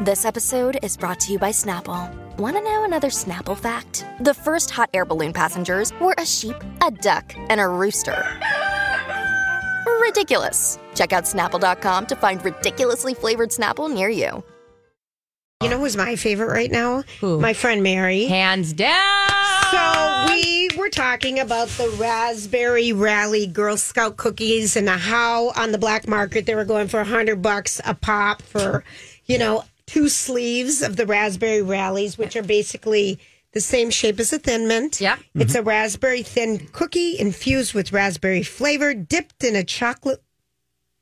This episode is brought to you by Snapple. Want to know another Snapple fact? The first hot air balloon passengers were a sheep, a duck, and a rooster. Ridiculous. Check out snapple.com to find ridiculously flavored Snapple near you. You know who's my favorite right now? My friend Mary. Hands down. So we were talking about the Raspberry Rally Girl Scout cookies and how on the black market they were going for a hundred bucks a pop for, you know, two sleeves of the Raspberry Rallies, which are basically the same shape as a Thin Mint. Yep. It's a raspberry thin cookie infused with raspberry flavor, dipped in a chocolate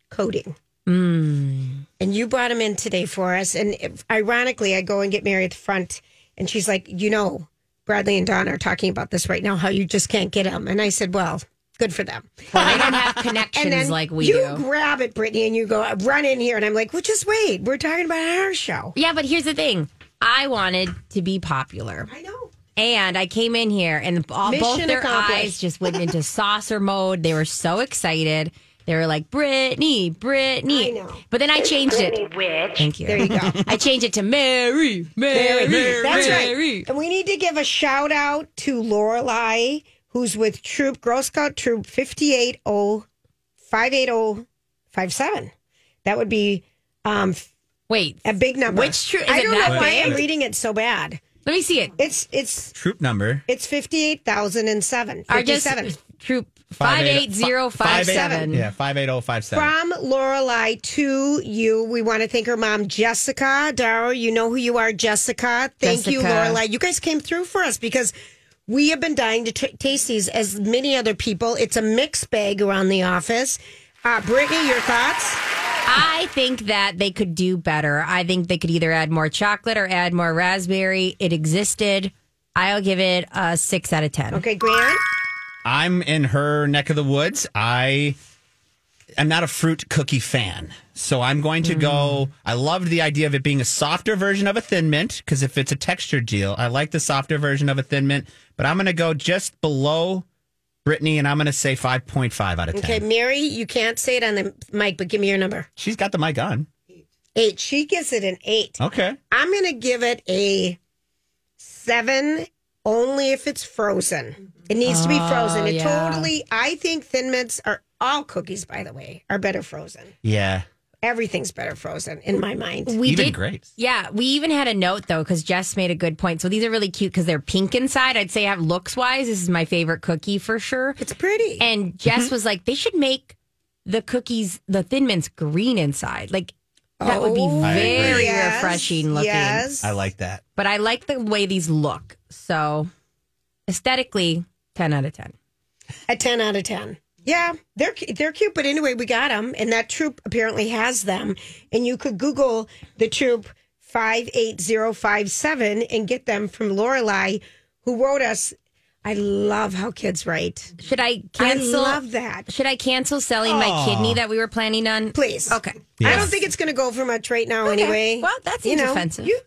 coating. Mm. And you brought him in today for us. And if- ironically, I go and get Mary at the front, and she's like, You know, Bradley and Don are talking about this right now, how you just can't get them. And I said, Well, good for them. I don't have connections And then like we you do. grab it, Brittany, and you go, Run in here. And I'm like, Well, just wait. We're talking about our show. yeah, but here's the thing. I wanted to be popular. I know. And I came in here and all, both Mission their accomplished. eyes just went into saucer mode. They were so excited. They were like, Brittany, Brittany. I know. But then I changed it. Which? Thank you. There you go. I changed it to Mary, Mary, Mary. That's Mary. right. And we need to give a shout out to Lorelei, who's with Troop Girl Scout Troop oh, 58058057. That would be um, f- Wait, a big number. Which troop- is I it don't know that why big? I'm reading it so bad. let me see it. It's it's troop number. it's fifty eight thousand and seven. Are just Fifty-seven troop five eight zero five seven. Yeah, five eight zero five seven. from Lorelei to you. We want to thank her mom, Jessica. Darrow, you know who you are, Jessica. Thank you, Jessica. Lorelei. You guys came through for us because we have been dying to t- taste these as many other people. It's a mixed bag around the office. Uh, Brittany, your thoughts? I think that they could do better. I think they could either add more chocolate or add more raspberry. It existed. I'll give it a six out of ten. Okay, Grant. I'm in her neck of the woods. I am not a fruit cookie fan. So I'm going to go. I loved the idea of it being a softer version of a thin mint because if it's a textured deal, I like the softer version of a thin mint. But I'm going to go just below Brittany and I'm going to say 5.5 out of 10. Okay, Mary, you can't say it on the mic, but give me your number. She's got the mic on. Eight. She gives it an eight. Okay. I'm going to give it a seven only if it's frozen. It needs to be frozen. It Ah, yeah. totally, I think thin mints are all cookies, by the way, are better frozen. Yeah. Everything's better frozen in my mind. We Even did grapes. Yeah, we even had a note though because Jess made a good point. So these are really cute because they're pink inside. I'd say, have looks wise, this is my favorite cookie for sure. It's pretty. And Mm-hmm. Jess was like, they should make the cookies, the thin mints, green inside. Like that would be Oh, very yes, refreshing looking. Yes. I like that. But I like the way these look. So aesthetically, ten out of ten. a 10 out of 10. Yeah, they're cu- they're cute, but anyway, we got them, and that troop apparently has them. And you could Google the troop five eight zero five seven and get them from Lorelei, who wrote us. I love how kids write. Should I cancel? I love that. Should I cancel selling my kidney that we were planning on? Please, Okay. I don't think it's going to go for much right now. Anyway, Well, that You seems know, offensive. You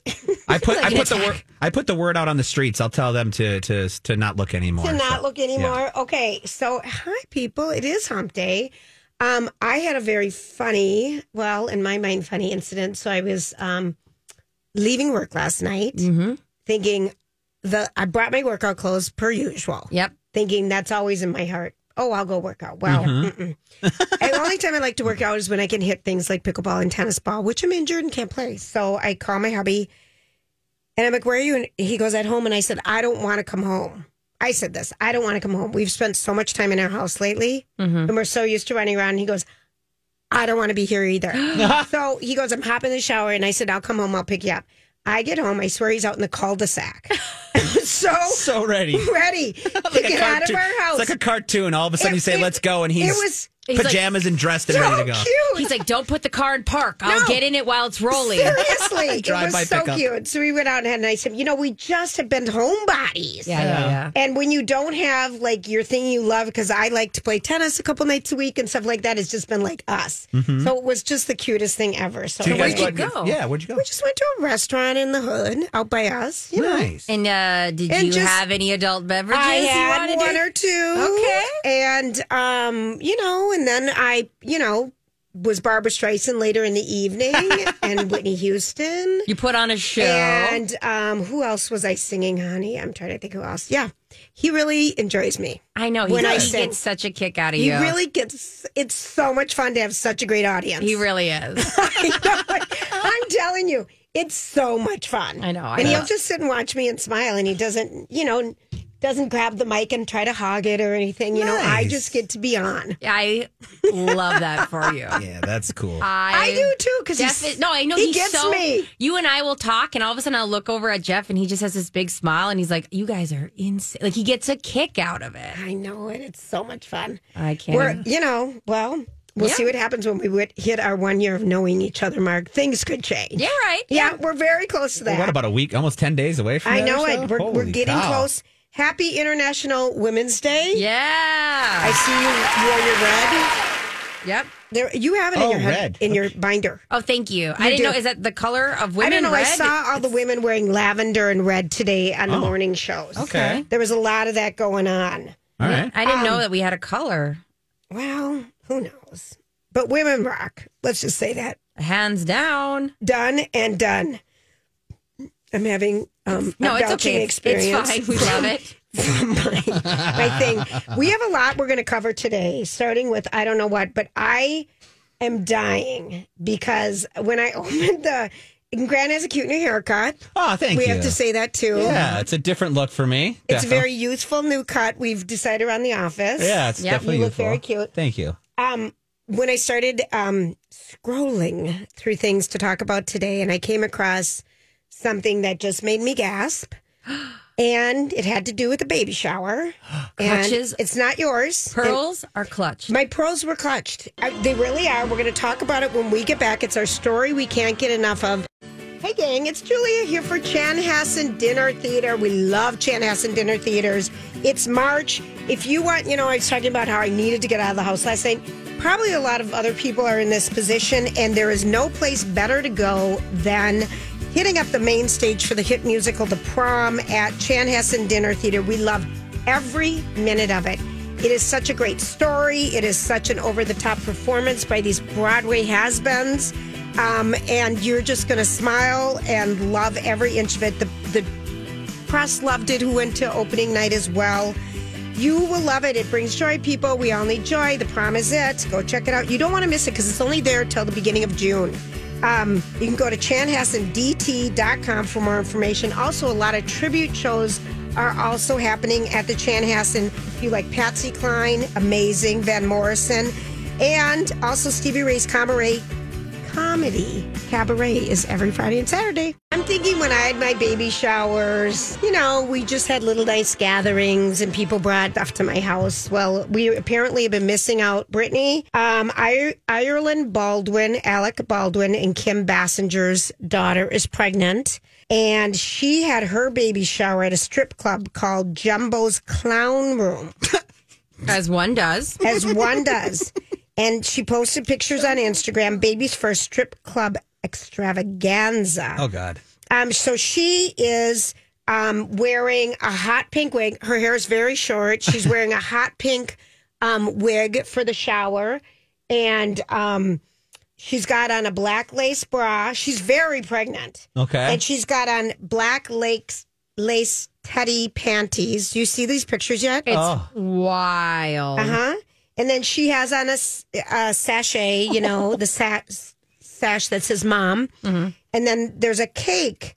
I put Like I an put the attack. word I put the word out on the streets. I'll tell them to to to not look anymore. to not So, look yeah. anymore. Okay, so hi people, it is Hump Day. Um, I had a very funny, well, in my mind, funny incident. So I was um, leaving work last night, Mm-hmm. thinking the I brought my workout clothes per usual. Yep. Thinking that's always in my heart. Oh, I'll go work out. Wow. Mm-mm. and the only time I like to work out is when I can hit things like pickleball and tennis ball, which I'm injured and can't play. So I call my hubby and I'm like, where are you? And he goes, at home. And I said, I don't want to come home. I said this, I don't want to come home. We've spent so much time in our house lately and we're so used to running around. And he goes, I don't want to be here either. so he goes, I'm hopping in the shower. And I said, I'll come home. I'll pick you up. I get home. I swear he's out in the cul-de-sac. so So ready. ready to Like a get out of cartoon- our house. It's like a cartoon. All of a sudden, It- you say, it- "Let's go," and he's it was He's like- pajamas and dressed and ready to go. Cute. He's like, don't put the car in park. I'll No. get in it while it's rolling. Seriously, it Drive-by was so pickup. cute. So we went out and had a nice time. You know, we just have been homebodies. Yeah, yeah, yeah. And when you don't have like your thing you love, because I like to play tennis a couple nights a week and stuff like that, it's just been like us. Mm-hmm. So it was just the cutest thing ever. So, So we guys where'd you out- go? Yeah, where'd you go? just went to a restaurant in the hood out by us. You know, nice. And uh, did And you just- have any adult beverages I you had wanted one to? or two. Okay. And um, you know, and then I, you know, was Barbara Streisand later in the evening and Whitney Houston. You put on a show. And um, who else was I singing, honey? I'm trying to think who else. Yeah. He really enjoys me. I know he, When I he sing. gets such a kick out of He you. really gets it's so much fun to have such a great audience. he really is. I'm telling you, it's so much fun. I know, I and know. he'll just sit and watch me and smile and he doesn't, you know, doesn't grab the mic and try to hog it or anything. You know, I Nice. just get to be on. I love that for you. yeah, that's cool. I, I do too because Jeff is, no, I know he he's gets so. me. You and I will talk, and all of a sudden I'll look over at Jeff, and he just has this big smile, and he's like, "You guys are insane!" Like he gets a kick out of it. I know it. It's so much fun. I can't. We're, you know, well, we'll see what happens when we would hit our one year of knowing each other mark. Things could change. yeah, right. Yeah, we're very close to that. what about a week? Almost 10 days away from I that or know so? it. We're, we're Holy getting cow. close. Happy International Women's Day. I Yeah. see you wore your red. yep. There, you have it in Oh, your head, red. in your binder. Oh, thank you. I didn't do. know. Is that the color of women? I don't know. I Red? saw all the women wearing lavender and red today on the morning shows. Oh. Okay. There was a lot of that going on. All right. I didn't Um, know that we had a color. Well, who knows? But women rock. Let's just say that. Hands down. Done and done. I'm having um, No, a it's belching okay. experience. It's fine. We love it. my, my thing. We have a lot we're going to cover today, starting with I don't know what, but I am dying because when I opened the. and Grant has a cute new haircut. Oh, thank we you. have to say that too. Yeah, it's a different look for me. It's a Defo. very youthful new cut. We've decided around the office. Yeah, it's Yep, definitely you look youthful. very cute. Thank you. Um, when I started um, scrolling through things to talk about today, and I came across something that just made me gasp, and it had to do with a baby shower. and Clutches. it's not yours. Pearls are clutched. My pearls were clutched. I, they really are. We're going to talk about it when we get back. It's our story we can't get enough of. Hey, gang, it's Julia here for Chanhassen Dinner Theater. We love Chanhassen Dinner Theaters. It's March. If you want, you know, I was talking about how I needed to get out of the house last night. Probably a lot of other people are in this position, and there is no place better to go than hitting up the main stage for the hit musical The Prom at Chanhassen Dinner Theater. We love every minute of it. It is such a great story. It is such an over the top performance by these Broadway has beens. Um, and you're just going to smile and love every inch of it. The, the press loved it, who went to opening night as well. You will love it. It brings joy, people. We all need joy. The prom is it. Go check it out. You don't want to miss it because it's only there till the beginning of June. Um, you can go to chanhassendt.com for more information. Also, a lot of tribute shows are also happening at the Chanhassen. If you like Patsy Cline, amazing, Van Morrison, and also Stevie Ray's Cabaret comedy cabaret is every Friday and Saturday. I'm thinking when I had my baby showers, you know, we just had little nice gatherings and people brought stuff to my house. Well, we apparently have been missing out. Brittany, um, I- Ireland Baldwin, Alec Baldwin, and Kim Bassinger's daughter is pregnant. And she had her baby shower at a strip club called Jumbo's Clown Room As one does. as one does. And she posted pictures on Instagram, baby's first strip club extravaganza. Oh, God. Um, so she is um, wearing a hot pink wig. Her hair is very short. She's wearing a hot pink um, wig for the shower, and um, she's got on a black lace bra. She's very pregnant. Okay. And she's got on black lace lace teddy panties. Do you see these pictures yet? It's Oh. wild. Uh huh. And then she has on a, s- a sachet, you know, the sa- sash that says mom. And then there's a cake.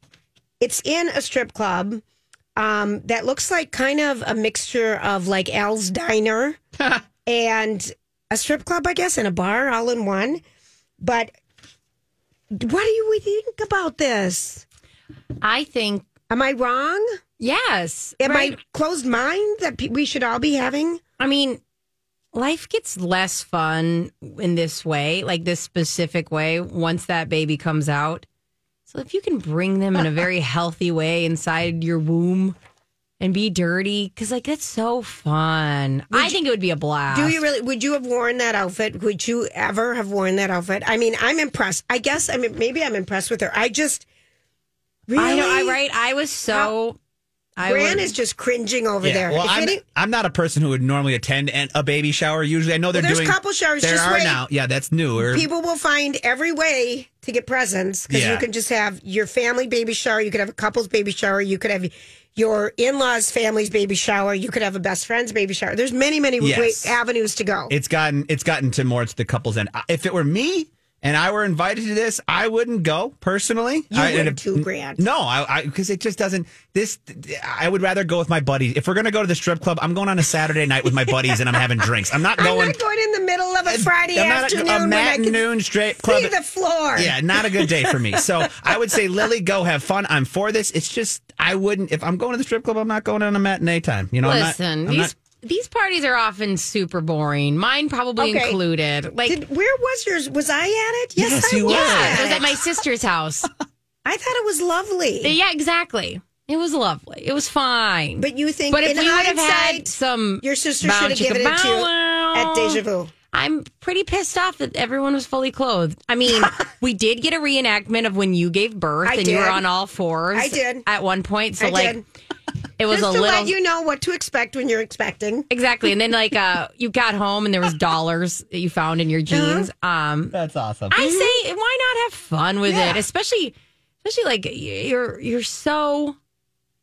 It's in a strip club um, that looks like kind of a mixture of like Al's Diner and a strip club, I guess, and a bar all in one. But what do you think about this? I think Am I wrong? yes. Am right? I closed mind that pe- we should all be having? I mean, life gets less fun in this way, like this specific way, once that baby comes out. So if you can bring them in a very healthy way inside your womb and be dirty, because like that's so fun. I think it would be a blast. Do you really? Would you have worn that outfit? Would you ever have worn that outfit? I mean, I'm impressed. I guess I mean maybe I'm impressed with her. I just really. I know. I right. I was so. I Gran would- is just cringing over Yeah, there. Well, If I'm, any- I'm not a person who would normally attend an, a baby shower. Usually, I know they're there's doing couple showers, There just are wait. now. Yeah, that's newer. people will find every way to get presents because Yeah. you can just have your family baby shower. You could have a couple's baby shower. You could have your in laws' family's baby shower. You could have a best friend's baby shower. There's many, many Yes. way- avenues to go. it's gotten it's gotten to more to the couples end. I- If it were me and I were invited to this, I wouldn't go personally. You I, would and if- too, Grant. No, I because it just doesn't. This I would rather go with my buddies. If we're gonna go to the strip club, I'm going on a Saturday night with my buddies and I'm having drinks. I'm not I'm going. not going in the middle of a Friday Uh, I'm not a- afternoon a, when I can matinee strip club. see the floor. Yeah, not a good day for me. So I would say, Lily, go have fun. I'm for this. It's just I wouldn't if I'm going to the strip club. I'm not going on a matinee time. You know, I'm Listen, not, I'm these not- these parties are often super boring. Mine probably Okay. included. Like, Did, where was yours? Was I at it? Yes, Yes, I you was. were. yeah, it was at at my sister's house. I thought it was lovely. yeah, exactly. It was lovely. It was fine. but you think, But if in we would have had hindsight, some, your sister bow should have given chicka it to you bow wow, at Deja Vu. I'm pretty pissed off that everyone was fully clothed. I mean, we did get a reenactment of when you gave birth I and you were did. on all fours. I did. at one point. So I like, did. it was Just to a little let you know what to expect when you're expecting. exactly. And then like, uh, you got home and there was dollars that you found in your Uh-huh. jeans. Um, that's awesome. I Mm-hmm. say, why not have fun with it? Especially, especially like you're you're so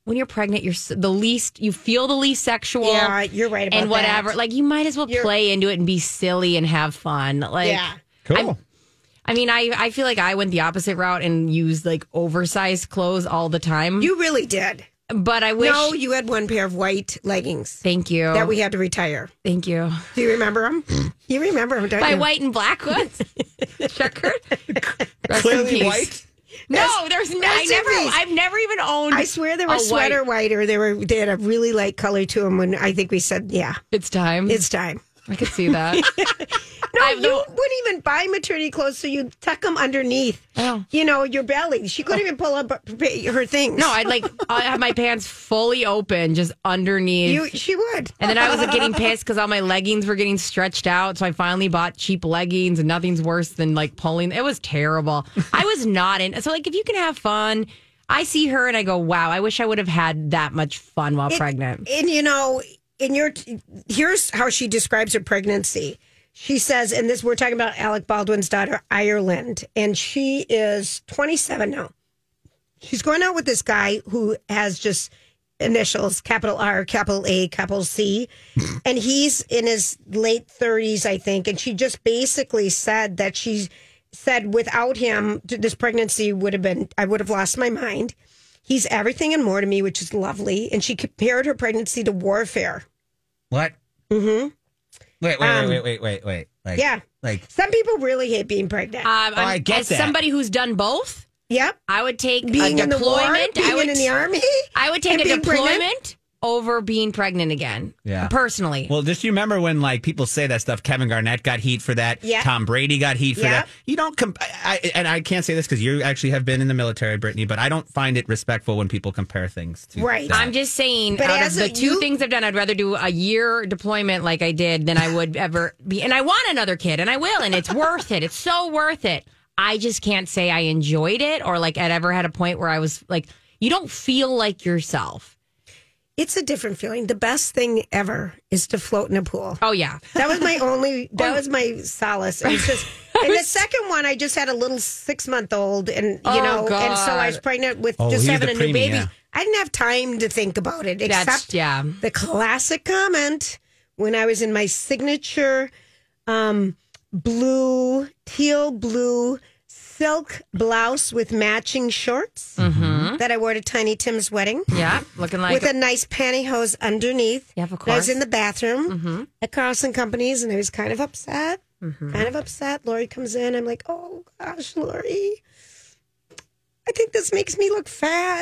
when you're pregnant, you're so, the least you feel the least sexual. Yeah, uh, you're right about and whatever. that. Like you might as well You're- play into it and be silly and have fun. Like, yeah. cool. I'm- I mean, I I feel like I went the opposite route and used like oversized clothes all the time. You really did. but I wish. no, you had one pair of white leggings thank you. that we had to retire. thank you. Do you remember Hmm. them? you remember them, don't By you? white and black ones. Checkered. Rest in Clearly peace. white. No, there's no. I in never. peace. I've never even owned. I swear they a were white- sweater white. or they were they had a really light color to them. When I think we said, yeah, It's time. it's time. I could see that. No, I've you no- wouldn't even buy maternity clothes, so you tuck them underneath. Oh. You know your belly. She couldn't even pull up her things. No, I'd like I have my pants fully open, just underneath. you. She would. and then I was like, getting pissed because all my leggings were getting stretched out. So I finally bought cheap leggings, and nothing's worse than like pulling. It was terrible. I was not in. So like, if you can have fun, I see her and I go, "Wow, I wish I would have had that much fun while pregnant." And you know, in your here's how she describes her pregnancy. She says, and this we're talking about Alec Baldwin's daughter, Ireland, and she is 27 now. She's going out with this guy who has just initials capital R, capital A, capital C, and he's in his late 30s, I think. And she just basically said that she said without him, this pregnancy would have been, I would have lost my mind. He's everything and more to me, which is lovely. And she compared her pregnancy to warfare. What? Mm-hmm. Wait, wait, Um, wait, wait, wait, wait, wait. Yeah. Like, Some people really hate being pregnant. Um, I get as that. somebody who's done both, yep. I would take Being a in the war, deployment. I being would in the army. I would take and a being deployment over being pregnant again. Yeah. personally. well, just you remember when like people say that stuff. Kevin Garnett got heat for that. Yeah. Tom Brady got heat for Yeah. that. You don't. Comp- I, I- and I can't say this because you actually have been in the military, Brittany. But I don't find it respectful when people compare things. to Right. that. I'm just saying, But out of as the a- two you- things I've done, I'd rather do a year deployment like I did than I would ever be. And I want another kid, and I will, and it's worth it. It's so worth it. I just can't say I enjoyed it or like I'd ever had a point where I was like, you don't feel like yourself. It's a different feeling. The best thing ever is to float in a pool. Oh, yeah. That was my only. Oh. That was my solace. It was just. And the second one, I just had a little six month old, and you Oh, know, and so I God. was pregnant with Oh, just he's having the a preemie, new baby. yeah. I didn't have time to think about it, except That's, yeah. the classic comment when I was in my signature um, blue, teal blue silk blouse with matching shorts that I wore to Tiny Tim's wedding Yeah. Looking Mm-hmm. like. with a nice pantyhose underneath. Yeah, of And I was course. Mm-hmm. in the bathroom at Carlson Companies, and I was kind of upset. Kind of upset. Lori comes in. I'm like, oh gosh, Lori, I think this makes me look fat.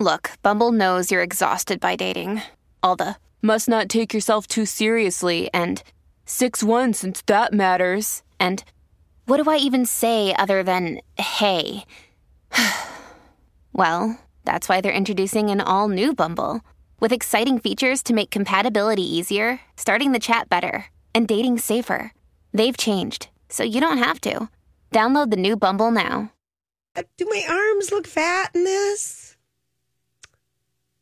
Look, Bumble knows you're exhausted by dating. All the must not take yourself too seriously and 6 1 since that matters. And what do I even say other than hey? well, that's why they're introducing an all new Bumble with exciting features to make compatibility easier, starting the chat better, and dating safer. They've changed, so you don't have to. Download the new Bumble now. Uh, Do my arms look fat in this?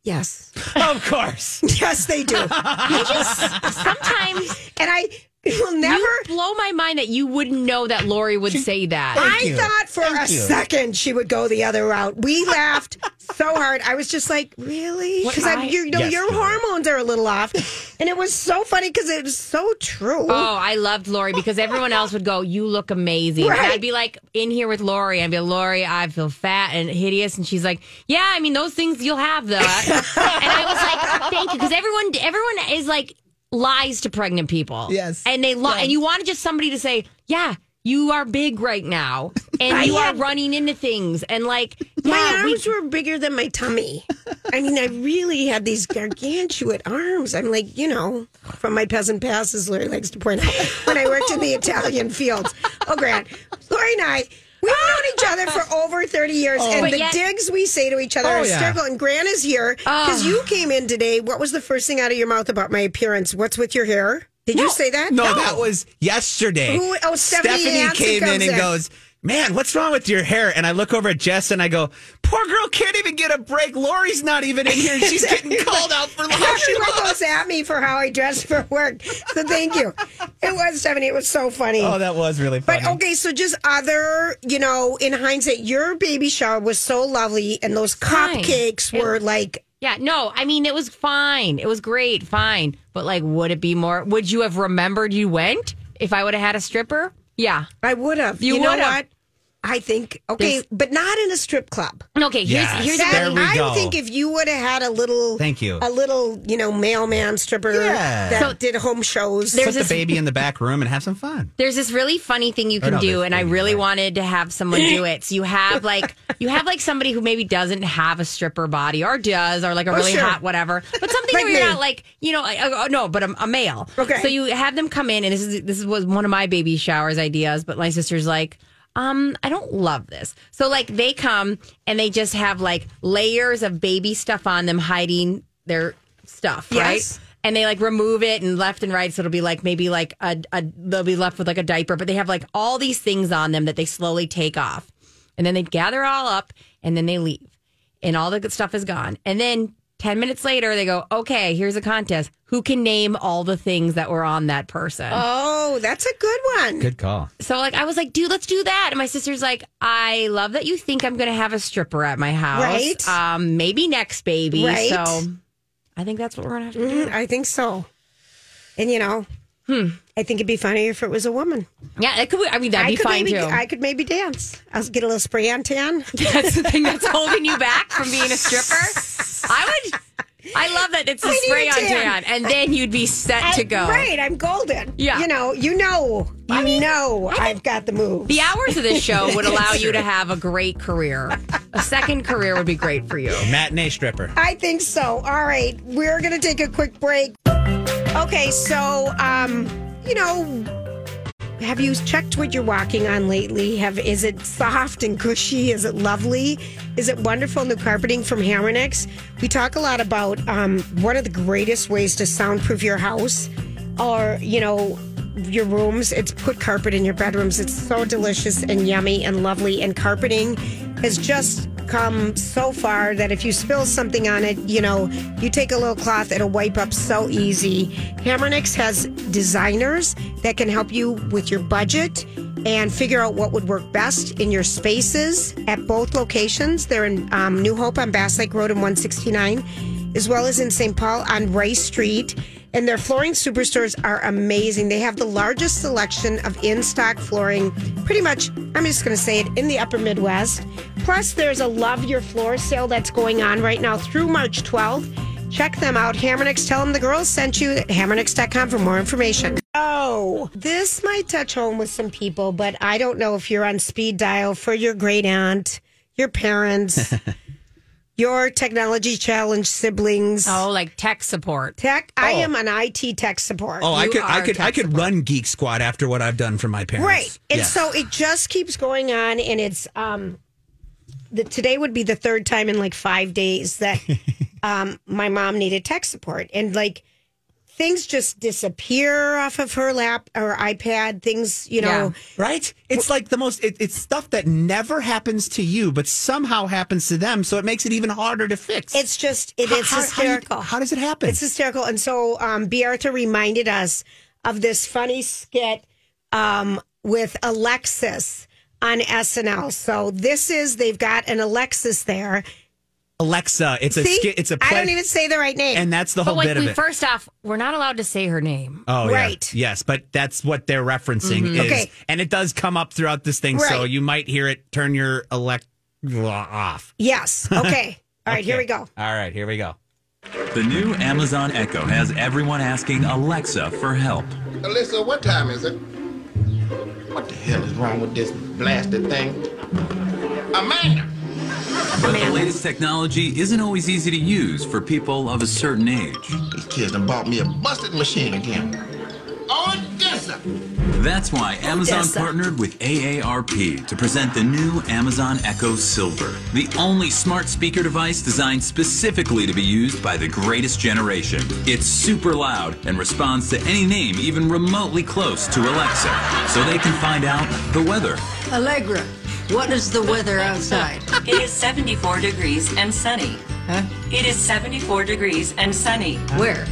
Yes. Of course. Yes, they do. I just- Sometimes and I will never. you blow my mind that you wouldn't know that Lori would say that. Thank I you. thought for Thank a you. second she would go the other route. We laughed so hard. I was just like, really? Because I, you know, Yes, your you're right. hormones are a little off, and it was so funny because it was so true. Oh, I loved Lori because everyone else would go, You look amazing. And Right. I'd be like in here with Lori. I'd be like, Lori, I feel fat and hideous. And she's like, Yeah, I mean, those things you'll have that. and I was like, Thank you. Because everyone everyone is like lies to pregnant people. Yes. And they lie. And you wanted just somebody to say, Yeah, you are big right now. And you are running into things. And like, my yeah, we arms were bigger than my tummy. I mean, I really had these gargantuan arms. I'm like, you know, from my peasant past, as Lori likes to point out, when I worked in the Italian fields. Oh, Grant, Lori and I. We've known Ah! each other for over 30 years, and But the yet- digs we say to each other Oh, are yeah. Ah. hysterical. And Gran is here because you came in today. What was the first thing out of your mouth about my appearance? What's with your hair? Did you say that? No, that was yesterday. Who- oh, Stephanie Yancey came in comes and in. goes, Man, what's wrong with your hair? And I look over at Jess and I go, Poor girl can't even get a break. Lori's not even in here. and She's getting called out for how she Everyone looks. goes at me for how I dress for work. So thank you. It was Stephanie. It was so funny. Oh, that was really funny. But okay, so just other, you know, in hindsight, your baby shower was so lovely, and those Fine. cupcakes were like, Yeah, no, I mean it was fine. It was great, fine. But like would it be more would you have remembered you went if I would have had a stripper? Yeah. I would have. You You, know would've. what? I think okay, There's- but not in a strip club. Okay, here's Yes. here's There That- we I go. think if you would have had a little, Thank you. a little, you know, mailman stripper Yeah. that So- did home shows. Put There's the this- baby in the back room and have some fun. there's this really funny thing you can no, do there's and I baby, really right. wanted to have someone do it. So you have like you have like somebody who maybe doesn't have a stripper body or does or like a really Oh, sure. hot whatever. But something Like where you're me. not like, you know, a, a- no, but a, a male. Okay. So you have them come in and this is this was one of my baby showers ideas, but my sister's like um, I don't love this. So like they come and they just have like layers of baby stuff on them hiding their stuff, Yes. right? and they like remove it and left and right so it'll be like maybe like a, a they'll be left with like a diaper but they have like all these things on them that they slowly take off and then they gather all up and then they leave and all the good stuff is gone and then 10 minutes later they go okay here's a contest who can name all the things that were on that person oh, that's a good one. Good call. so like I was like, dude, let's do that. And my sister's like, I love that you think I'm gonna have a stripper at my house. Right. Um, maybe next baby. Right. So I think that's what we're gonna have to do. Mm, I think so. And you know, I think it'd be funnier if it was a woman. Yeah, it could be, I mean Mm-hmm. that'd I be could fine maybe, too. I could maybe dance. I'll get a little spray on tan. That's the thing that's holding you back from being a stripper. I would. I love that it's a We need spray a on tan. tan, and then you'd be set to I- go. Right, I'm golden. Yeah. You know, you know, you know I've got the move. The hours of this show would allow you to have a great career. A second career would be great for you. Matinee stripper. I think so. All right, we're going to take a quick break. Okay, so um, you know, have you checked what you're walking on lately? Have is it soft and cushy? Is it lovely? Is it wonderful new carpeting from Hammernex? We talk a lot about um, one of the greatest ways to soundproof your house or, you know, your rooms. It's put carpet in your bedrooms. It's so delicious and yummy and lovely. And carpeting has just come so far that if you spill something on it, you know, you take a little cloth, it'll wipe up so easy. Hammernix has designers that can help you with your budget and figure out what would work best in your spaces at both locations. They're in um, New Hope on Bass Lake Road and 169, as well as in St. Paul on Rice Street. And their flooring superstores are amazing. They have the largest selection of in stock flooring, pretty much, I'm just going to say it, in the upper Midwest. Plus, there's a Love Your Floor sale that's going on right now through March 12th. Check them out. Hammernix, tell them the girls sent you at hammernix.com for more information. Oh, this might touch home with some people, but I don't know if you're on speed dial for your great aunt, your parents, your technology challenge siblings. Oh, like tech support. Tech, I am on IT tech support. Oh, I You could, I are could, I could run Geek Squad after what I've done for my parents. Right. And Yes. so it just keeps going on and it's um the, today would be the third time in like 5 days that um my mom needed tech support and like things just disappear off of her lap or iPad things, you know. Right? It's like the most, it, it's stuff that never happens to you, but somehow happens to them. So it makes it even harder to fix. It's just it, it's How- how do you- hysterical. How, does it happen? It's hysterical. And so um, B. Arthur reminded us of this funny skit um, with Alexis on SNL. So this is, they've got an Alexis there. Alexa, it's a, See? ski- it's a, I pledge- don't even say the right name. and that's the But whole like bit of we it. first off, we're not allowed to say her name. Oh, yeah. Right. Mm-hmm. Yes, but that's what they're referencing is, Okay. and it does come up throughout this thing, so Right. you might hear it. Turn your elect off. yes. Okay. All right, here we Okay. go. All right, here we go. The new Amazon Echo has everyone asking Alexa for help. Alyssa, what time is it? What the hell is wrong with this blasted thing? Amanda! But the latest technology isn't always easy to use for people of a certain age. These kids done bought me a busted machine again. Odessa! That's why Amazon partnered with AARP to present the new Amazon Echo Silver, the only smart speaker device designed specifically to be used by the greatest generation. It's super loud and responds to any name even remotely close to Alexa, so they can find out the weather. Allegra, what is the weather outside? It is 74 degrees and sunny. Huh? It is 74 degrees and sunny Where?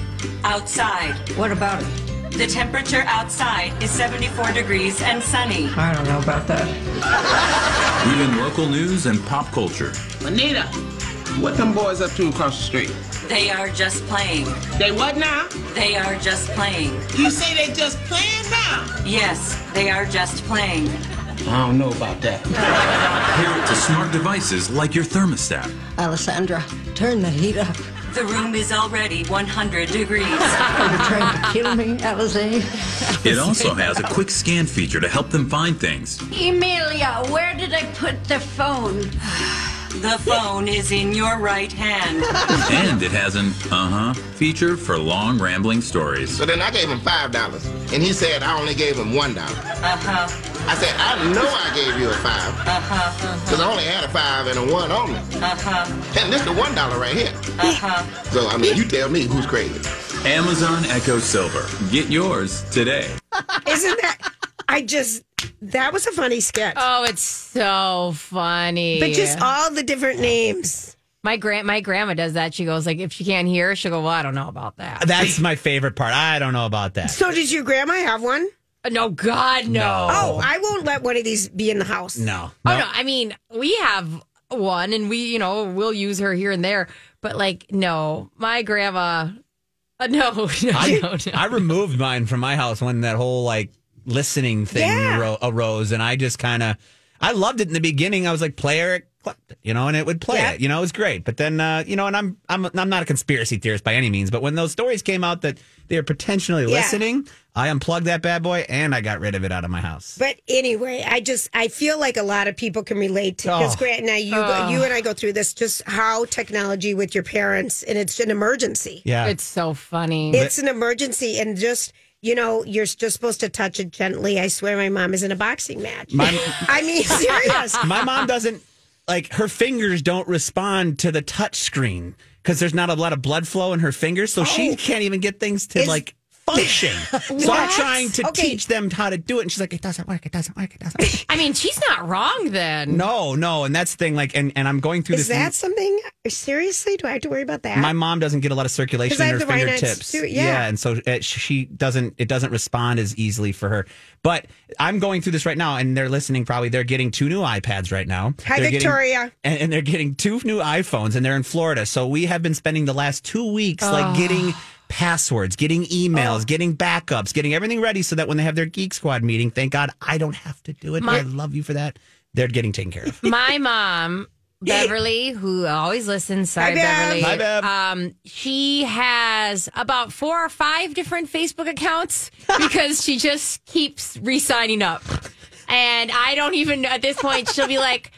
outside. What about it? The temperature outside is 74 degrees and sunny. I don't know about that. Even local news and pop culture. Anita! What them boys up to across the street? They are just playing. They what now? They are just playing. You say they just playing now? Yes, they are just playing. I don't know about that. Pair it to smart devices like your thermostat. Alessandra, turn the heat up. The room is already 100 degrees. Are you trying to kill me, Alizé? It also has a quick scan feature to help them find things. Emilia, where did I put the phone? The phone is in your right hand. And it has an uh huh feature for long rambling stories. So then I gave him five dollars, and he said I only gave him one dollar. Uh-huh. I said I know I gave you a five, cause I only had a five and a one on me, Uh-huh. and this the one dollar right here. Uh-huh. So I mean, you tell me who's crazy. Amazon Echo Silver. Get yours today. Isn't that, I just, that was a funny skit. Oh, it's so funny. but just all the different names. my grand my grandma does that. She goes like if she can't hear, she'll go, Well, I don't know about that. That's my favorite part. I don't know about that. So did your grandma have one? No, God no. Oh, I won't let one of these be in the house. No. Oh no, I mean we have one, and we you know we'll use her here and there, but like no, my grandma, uh, no, no, I, no, no. I removed mine from my house when that whole like listening thing Yeah. aro- arose, and I just kind of I loved it in the beginning. I was like, play Eric, Clapton," you know, and it would play Yeah. it, you know, it was great. But then, uh, you know, and I'm I'm I'm not a conspiracy theorist by any means, but when those stories came out that they were potentially listening, I unplugged that bad boy and I got rid of it out of my house. But anyway, I just I feel like a lot of people can relate to because Oh. Grant and I, you you and I go through this just how technology with your parents, and it's an emergency. Yeah, it's so funny. It's an emergency, and just you know, you're just supposed to touch it gently. I swear, my mom is in a boxing match. my I mean, serious. my mom doesn't like her fingers don't respond to the touch screen because there's not a lot of blood flow in her fingers, so she can't even get things to Is- like function. so I'm What? trying to Okay. teach them how to do it, and she's like, "It doesn't work. It doesn't work. It doesn't." work. I mean, she's not wrong then. no, no, and that's the thing. Like, and and I'm going through Is this. that something Seriously, do I have to worry about that? My mom doesn't get a lot of circulation 'Cause I in her have the rhinitis fingertips. too, yeah. and so it, she doesn't. It doesn't respond as easily for her. But I'm going through this right now, and they're listening. Probably they're getting two new iPads right now. Hi, They're getting- Victoria. and, and they're getting two new iPhones, and they're in Florida. So we have been spending the last two weeks like getting passwords, getting Oh. emails, getting backups, getting everything ready, so that when they have their Geek Squad meeting, thank God I don't have to do it. My- I love you for that. They're getting taken care of. my mom beverly who always listens sorry Hi, Bev. beverly Hi, Bev. Uh, um she has about four or five different facebook accounts because she just keeps re-signing up and i don't even at this point she'll be like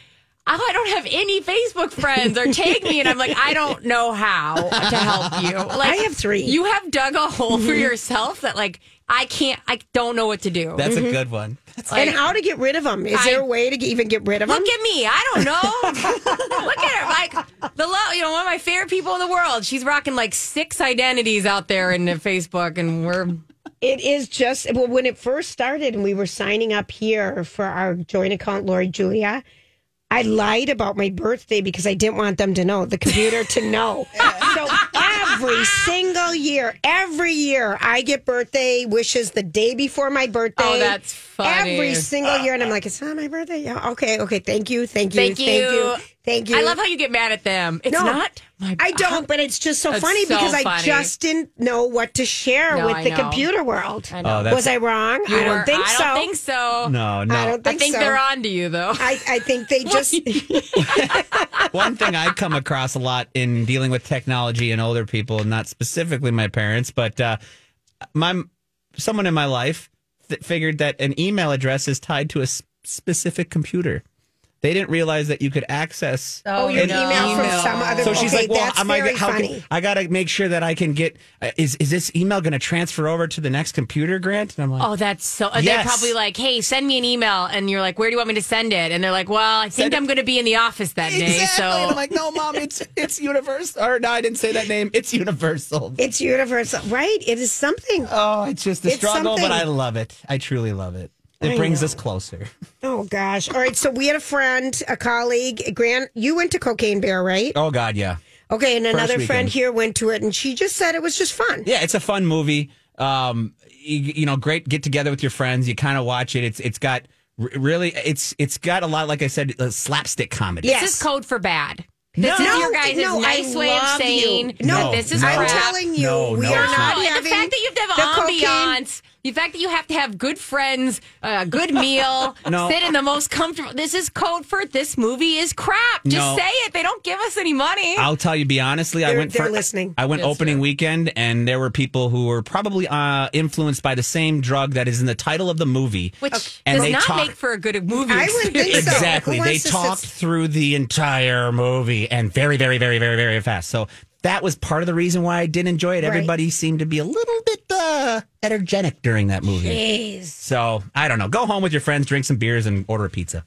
oh, i don't have any facebook friends or tag me and i'm like i don't know how to help you like I have three. Mm-hmm. you have dug a hole for yourself that like i can't i don't know what to do That's mm-hmm. a good one. and how to get rid of them? Is I- there a way to get, even get rid of them? Look at me. I don't know. Look at her. Like the lo- you know, one of my favorite people in the world. She's rocking like six identities out there in the Facebook and we're It is just well when it first started and we were signing up here for our joint account, Lori Julia. I lied about my birthday because I didn't want them to know, the computer to know. so every single year, every year, I get birthday wishes the day before my birthday. Oh, that's funny. Uh, Every single year. And I'm like, it's not my birthday. Yeah, okay, okay. Thank you, thank you, Thank thank you, thank you. you. I love how you get mad at them. It's No. not my I don't, but it's just so That's funny so because I funny. just didn't know what to share No, with I the know. computer world. I Oh, that's- Was I wrong? You I don't were- think I so. don't think so. No, no. I don't I think, think so. they're on to you though. I, I think they Oh, just One thing I come across a lot in dealing with technology and older people, not specifically my parents, but uh, my someone in my life that figured that an email address is tied to a s- specific computer. They didn't realize that you could access. oh your an email from some other. So she's okay, like, "Well, that's am I, very g- how funny. can, I gotta make sure that I can get. Uh, is is this email going to transfer over to the next computer, Grant?" And I'm like, Oh, that's so. and They're Yes. probably like, "Hey, send me an email," and you're like, "Where do you want me to send it?" And they're like, "Well, I think it- I'm going to be in the office that day." Exactly. And I'm So, like, no, mom, it's it's universal. Or no, I didn't say that name. It's universal. it's universal, right? It is something. Oh, it's just the It's struggle, something- but I love it. I truly love it. It I brings know. us closer. Oh gosh! All right, so we had a friend, a colleague, Grant. You went to Cocaine Bear, right? Oh God, yeah, Okay, and another weekend. friend here went to it, and she just said it was just fun. yeah. It's a fun movie. Um, you, you know, great get together with your friends. You kind of watch it. It's it's got r- really it's it's got a lot. Like I said, uh, slapstick comedy. Yes. this is code for bad. No, This is your guys' no, I nice way of love you. saying No, that this is no. I'm crap. telling you, No, we no, are it's not not. No, and having the fact that you have the to have cocaine. ambiance, the fact that you have to have good friends, a good meal, No. sit in the most comfortable. This is code for this movie is crap. Just No. say it. They don't give us any money. I'll tell you, be honestly, I They're- went they're for listening. I went Yes, opening sir. weekend, and there were people who were probably uh, influenced by the same drug that is in the title of the movie, which and does they not talk- make for a good movie. I wouldn't think experience. so. Exactly. Who They wants to talked sit- through the entire movie and very, very, very, very, very fast. So that was part of the reason why I did enjoy it. Right. Everybody seemed to be a little bit uh, energetic during that movie. So I don't know. Go home with your friends, drink some beers, and order a pizza.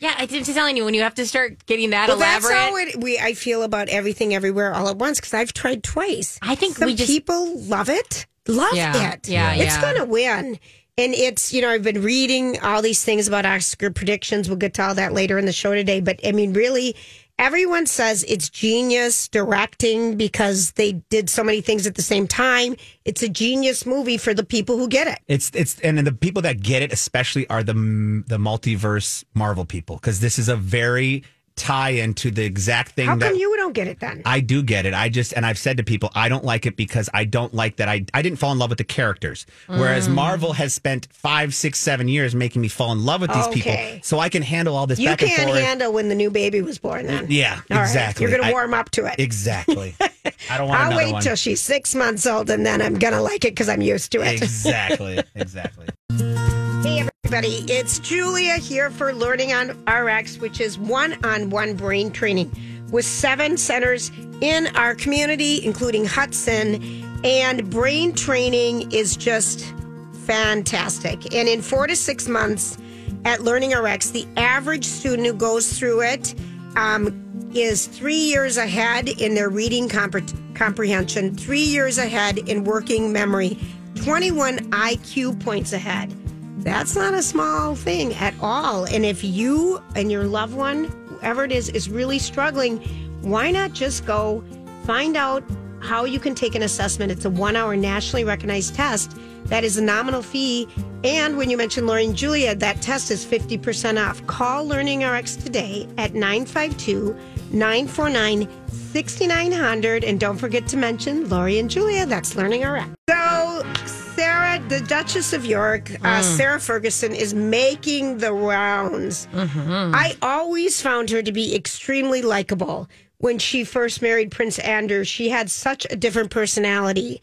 Yeah, I'm just telling you, when you have to start getting that Well, elaborate. that's how it, we. I feel about everything, everywhere, all at once because I've tried twice. I think Some we just- people love it, love Yeah, it. yeah, it's yeah. gonna win. And it's you know I've been reading all these things about Oscar predictions. We'll get to all that later in the show today. But I mean, really, everyone says it's genius directing because they did so many things at the same time. It's a genius movie for the people who get it. It's it's and the people that get it especially are the the multiverse Marvel people because this is a very tie in to the exact thing How that come you don't get it then? I do get it. I just and I've said to people, I don't like it because I don't like that I I didn't fall in love with the characters. Mm. Whereas Marvel has spent five, six, seven years making me fall in love with these Okay. people, so I can handle all this you back and can't forth. handle when the new baby was born. Then yeah, All right, exactly. You're going I- to warm up to it. Exactly. I don't want I'll another wait one. till she's six months old and then I'm going to like it because I'm used to it. exactly. Exactly. hey, everybody. It's Julia here for Learning on RX, which is one on one brain training with seven centers in our community, including Hudson. And brain training is just fantastic. And in four to six months at Learning RX, the average student who goes through it um, is three years ahead in their reading compre- comprehension, three years ahead in working memory, 21 IQ points ahead. That's not a small thing at all. And if you and your loved one, whoever it is, is really struggling, why not just go find out how you can take an assessment? It's a one hour nationally recognized test that is a nominal fee. And when you mention Lori and Julia, that test is 50% off. Call Learning RX today at 952 949 6900. And don't forget to mention Lori and Julia. That's Learning RX. So, Sarah, the Duchess of York, uh, Sarah Ferguson, is making the rounds. I always found her to be extremely likable. When she first married Prince Andrew, she had such a different personality.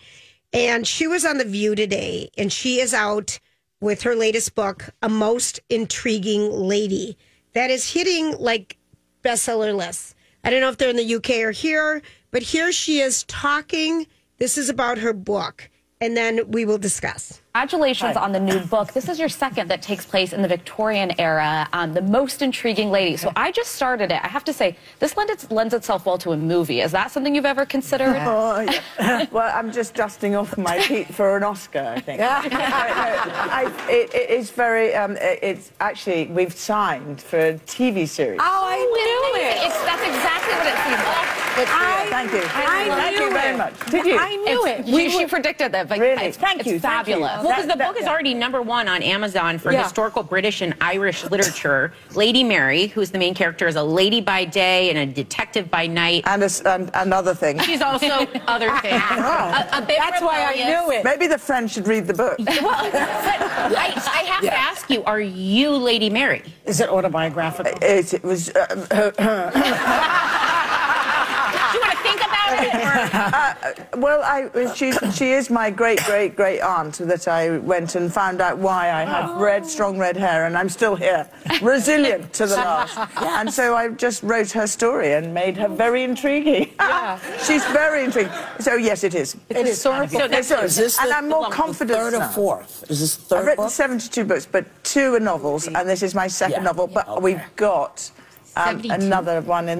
And she was on The View today, and she is out with her latest book, A Most Intriguing Lady, that is hitting like bestseller lists. I don't know if they're in the UK or here, but here she is talking. This is about her book, and then we will discuss. Congratulations on the new book. This is your second that takes place in the Victorian era, um, The Most Intriguing Lady. So I just started it. I have to say, this lends, lends itself well to a movie. Is that something you've ever considered? Oh, yeah. well, I'm just dusting off my feet for an Oscar, I think. No, no, I, it, it is very, um, it- it's actually, we've signed for a TV series. I knew it. It's, that's exactly what it seems like. I- Thank you. I love Thank you it. very much. Did you? I knew It's- it. you You, she were- predicted that. But Really? It's, Thank it's you, thank you. fabulous. Well, because the book is already number one on Amazon for Yeah. historical British and Irish literature. Lady Mary, who's the main character, is a lady by day and a detective by night. And, a, s- and another thing. She's also other things. Oh. A- a bit That's why I rebellious. knew it. Maybe the French should read the book. Well, but I, I have to ask you, are you Lady Mary? Is it autobiographical? It, it was. Uh, Do you want to think about it? well, I, she, she is my great great great aunt that I went and found out why I have red, strong red hair, and I'm still here, resilient to the last. And so I just wrote her story and made her very intriguing. She's very intriguing. So, yes, it is. It is sort of- So that's- It's- is this and the- I'm the more one- the confident third or now. fourth? Is this the third I've written book? 72 books, but two are novels, and this is my second novel, but we've got um, another one in.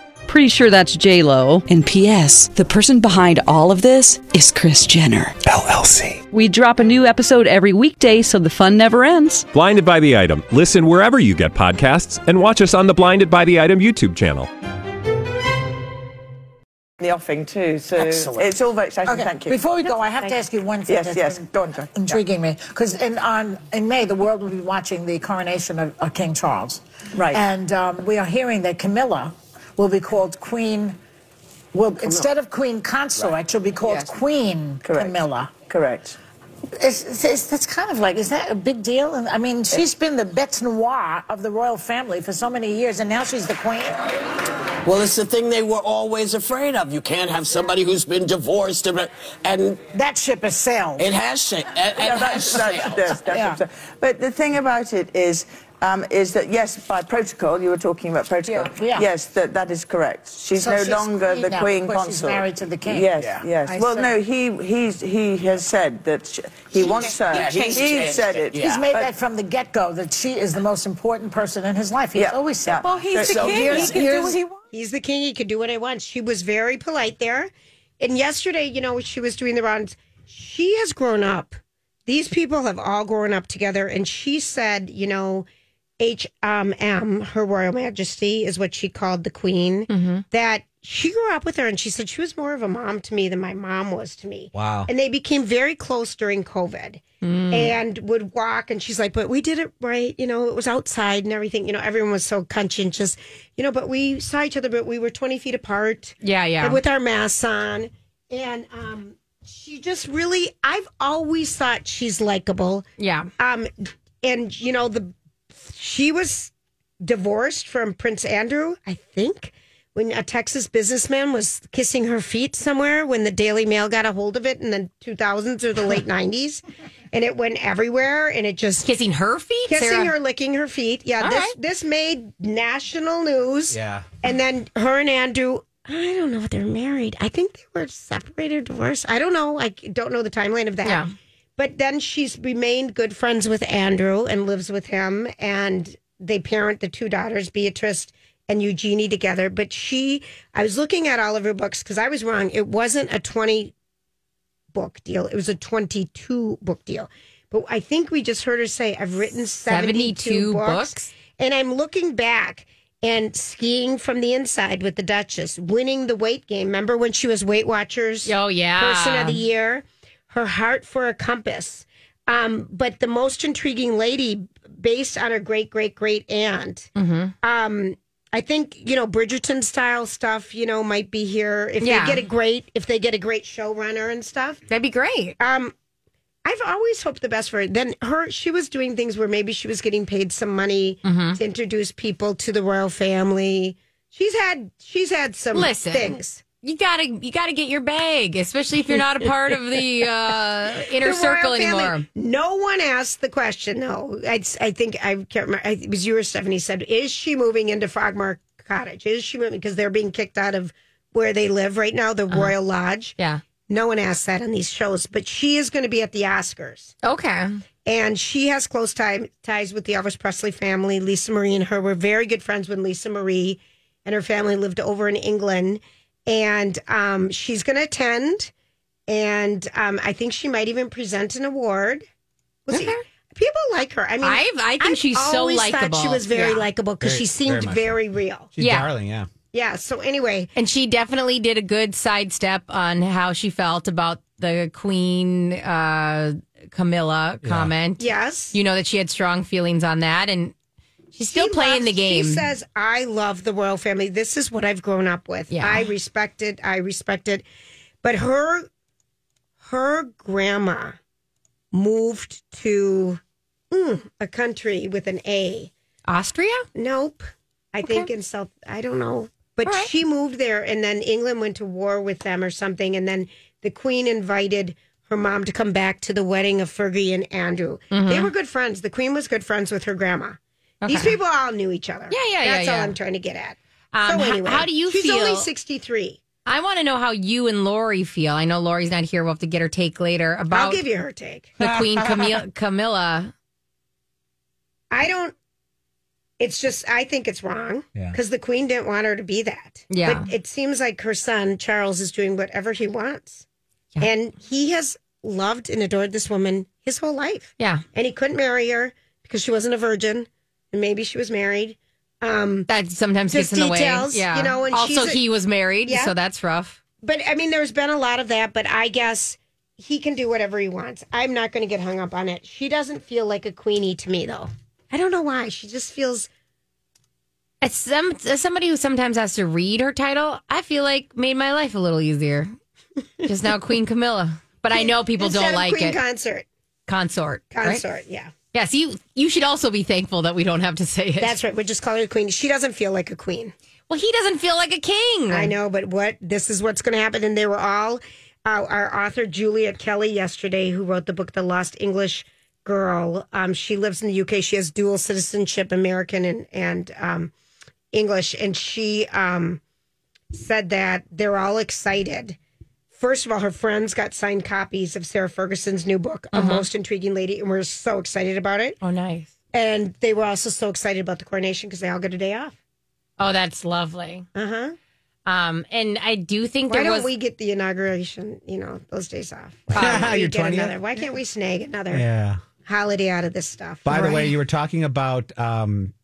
Pretty sure that's J Lo. And P.S. The person behind all of this is Chris Jenner LLC. We drop a new episode every weekday, so the fun never ends. Blinded by the item. Listen wherever you get podcasts, and watch us on the Blinded by the Item YouTube channel. the offing too. So Excellent. it's all very exciting. Okay, Thank you. Before we go, I have to ask you one thing. Yes, that's yes. been Go on, John. Intriguing me because in on in May the world will be watching the coronation of, of King Charles. Right. And um, we are hearing that Camilla will be called Queen. Will instead of Queen Consort, she'll be called Queen Camilla. Correct. It's, it's- that's kind of like is that a big deal? And I mean, she's been the bête noire of the royal family for so many years, and now she's the queen. Well, it's the thing they were always afraid of. You can't have somebody who's been divorced, and, and that ship has sailed. It has sailed. It, it Yeah, has that's, sailed. that's, that's, that's absurd. But the thing about it is, um, is that yes, by protocol, you were talking about protocol. Yeah, yeah. Yes, that, that is correct. She's So no she's longer queen the now, queen of course she's consort. married to the king. Yes, Yeah. yes. I well, see. no, he he's he has said that sh he wants her. Yeah, he said it. He's made But- that from the get go that she is the most important person in his life. He's always said. that. wants. He's the king. He can do what he wants. She was very polite there. And yesterday, you know, she was doing the rounds. She has grown up. These people have all grown up together. And she said, you know, HMM, Her Royal Majesty, is what she called the queen, that she grew up with her. And she said she was more of a mom to me than my mom was to me. Wow. And they became very close during COVID Mm. and would walk. And she's like, but we did it right. You know, it was outside and everything. You know, everyone was so conscientious, you know, but we saw each other, but we were 20 feet apart. Yeah, yeah. and With our masks on. And um, she just really, I've always thought she's likable. Yeah. Um, and, you know, the she was divorced from Prince Andrew, I think, when a Texas businessman was kissing her feet somewhere when the Daily Mail got a hold of it in the 2000s or the late 90s. And it went everywhere and it just. Kissing her feet? Kissing Sarah? her, licking her feet. Yeah, All this, right. this made national news. Yeah. And then her and Andrew, I don't know if they're married. I think they were separated, divorced. I don't know. I don't know the timeline of that. Yeah. But then she's remained good friends with Andrew and lives with him. And they parent the two daughters, Beatrice and Eugenie, together. But she, I was looking at all of her books because I was wrong. It wasn't a 20 book deal, it was a 22 book deal. But I think we just heard her say, I've written 72, 72 books. books? And I'm looking back and skiing from the inside with the Duchess, winning the weight game. Remember when she was Weight Watchers? Oh, yeah. person of the year, her heart for a compass. Um, but the most intriguing lady, based on her great great great aunt. Mhm. Um, I think you know Bridgerton style stuff. You know, might be here if Yeah. they get a great if they get a great showrunner and stuff. That'd be great. Um, I've always hoped the best for her. Then her, she was doing things where maybe she was getting paid some money Mhm. to introduce people to the royal family. She's had she's had some Listen. things. You gotta you gotta get your bag, especially if you're not a part of the uh, inner The circle royal family. anymore. No one asked the question. No, I, I think I can't remember. I, it was you or Stephanie said, "Is she moving into Frogmore Cottage? Is she moving because they're being kicked out of where they live right now, the Royal Lodge?" Yeah. No one asked that on these shows, but she is going to be at the Oscars. Okay. and she has close tie, ties with the Elvis Presley family. Lisa Marie and her were very good friends when Lisa Marie and her family lived over in England. And um, she's going to attend, and um, I think she might even present an award. We'll see. People like her. I mean, I've- I think I've she's so always Thought she likable. was very Yeah. likable because Very- she very seemed much very, so. real. She's Yeah. darling, yeah. Yeah. So anyway, And she definitely did a good sidestep on how she felt about the Queen uh, Camilla comment. Yes. You know that she had strong feelings on that and she's still She playing loves- the game. She says, "I love the royal family. This is what I've grown up with. Yeah. I respect it. I respect it." But her, her grandma moved to mm, a country with an A. Austria? Nope, I think in South. I don't know, but she moved there, and then England went to war with them or something, and then the Queen invited. Her mom to come back to the wedding of Fergie and Andrew. They Mhm. were good friends. The Queen was good friends with her grandma. These people all knew each other. Yeah, yeah, yeah, That's all yeah. I'm trying to get at. Um, so h- anyway, how do you she's feel? only 63. I want to know how you and Lori feel. I know Lori's not here. We'll have to get her take later about I'll give you her take. the Queen Camilla, Camilla. I don't. It's just I think it's wrong Yeah. because the Queen didn't want her to be that. Yeah. But it seems like her son Charles is doing whatever he wants, and he has loved and adored this woman his whole life. Yeah. And he couldn't marry her because she wasn't a virgin, and maybe she was married. Um, That sometimes Just gets in the details, way. Yeah. you know, and also, she's a- he was married, Yeah. so that's rough. but I mean, there's been a lot of that. But I guess he can do whatever he wants. I'm not going to get hung up on it. She doesn't feel like a queenie to me, though. I don't know why. She just feels As some as somebody who sometimes has to read her title, I feel like made my life a little easier. Just now, Queen Camilla. But I know people instead don't of like queen it. Concert, Consort. right? consort, yeah. Yes, you you should also be thankful that we don't have to say it. That's right. We're just calling her queen. She doesn't feel like a queen. well, he doesn't feel like a king. I know, but what this is what's going to happen. And they were all uh, our author Juliet Kelly yesterday, who wrote the book The Lost English Girl. Um, she lives in the UK. She has dual citizenship, American and and um, English, and she um, said that they're all excited. First of all, her friends got signed copies of Sarah Ferguson's new book, A Most Intriguing Lady, and we're so excited about it. Oh, nice. And they were also so excited about the coronation because they all get a day off. Oh, that's lovely. Uh huh. Um, and I do think Why there don't was we get the inauguration? You know, those days off. Why Ah, can't we your get 20th? another? Why can't we snag another Yeah. holiday out of this stuff? By the way, you were talking about um,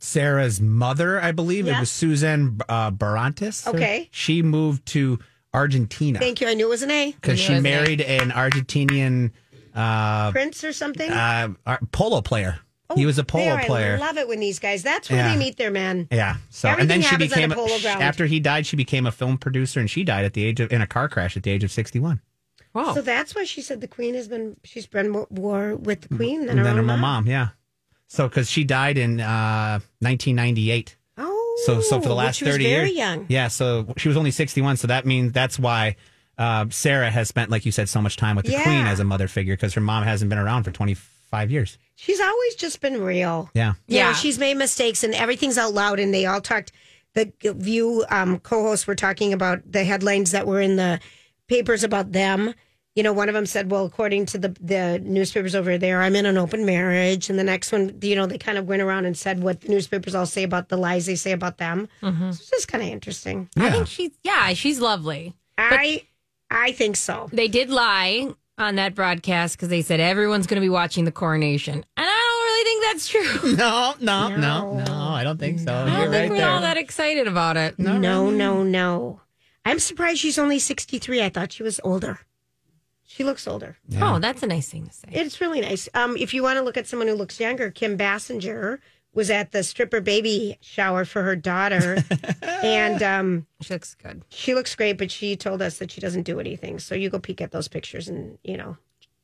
Sarah's mother, I believe. It Yeah. was Suzanne uh, Barantes. Okay. She moved to Argentina thank you. I knew it was an A because she married an Argentinian uh, Prince or something. Oh, uh, ar- polo player. he was a polo There, player. I love it when these guys. That's where Yeah. they meet their men. yeah. So Everything and then she happens on a became polo sh- ground. after he died, she became a film producer, and she died at the age of in a car crash at the age of sixty one. So that's why she said the queen has been. She's been more war with the queen than And her then own her mom. mom, yeah. So because she died in uh, nineteen ninety eight. Oh, So, so for the Ooh, last which was thirty very years, young. yeah. So she was only sixty-one. So that means that's why uh, Sarah has spent, like you said, so much time with the Yeah. Queen as a mother figure because her mom hasn't been around for twenty-five years. She's always just been real. Yeah. Yeah, she's made mistakes and everything's out loud. And they all talked. The View um, co-hosts were talking about the headlines that were in the papers about them. You know, one of them said, "Well, according to the the newspapers over there, I'm in an open marriage," and the next one, you know, they kind of went around and said what the newspapers all say about the lies they say about them. So it's just kind of interesting. I think she's yeah, she's lovely. I I think so. They did lie on that broadcast because they said everyone's going to be watching the coronation, and I don't really think that's true. No, no, no, no. I don't think so. I You're don't right think we're there. all that excited about it. No, no, no, I'm surprised she's only 63. I thought she was older. She looks older. Oh, that's a nice thing to say. It's really nice. Um, if you want to look at someone who looks younger, Kim Bassinger was at the stripper baby shower for her daughter, and um, She looks good. she looks great. But she told us that she doesn't do anything. So you go peek at those pictures, and you know,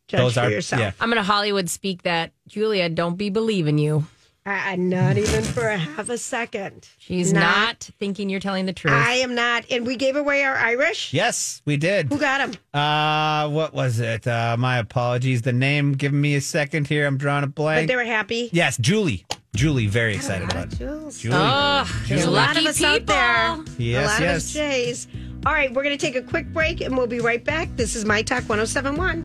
judge Those for are- yourself. yeah. I'm going to Hollywood speak that Julia. Don't be believing you. I, I'm not even for a half a second. She's not, thinking you're telling the truth. I am not. And we gave away our Irish. Yes, we did. Who got him? Uh, what was it? Uh, my apologies. The name. Give me a second here. I'm drawing a But blank. they were happy. yes, Julie. Julie, very excited about it. Jules. Julie. Oh, There's a lot of us out there. Yes, a lot yes. of us J's. All right, we're going to take a quick break and we'll be right back. This is My Talk 1071.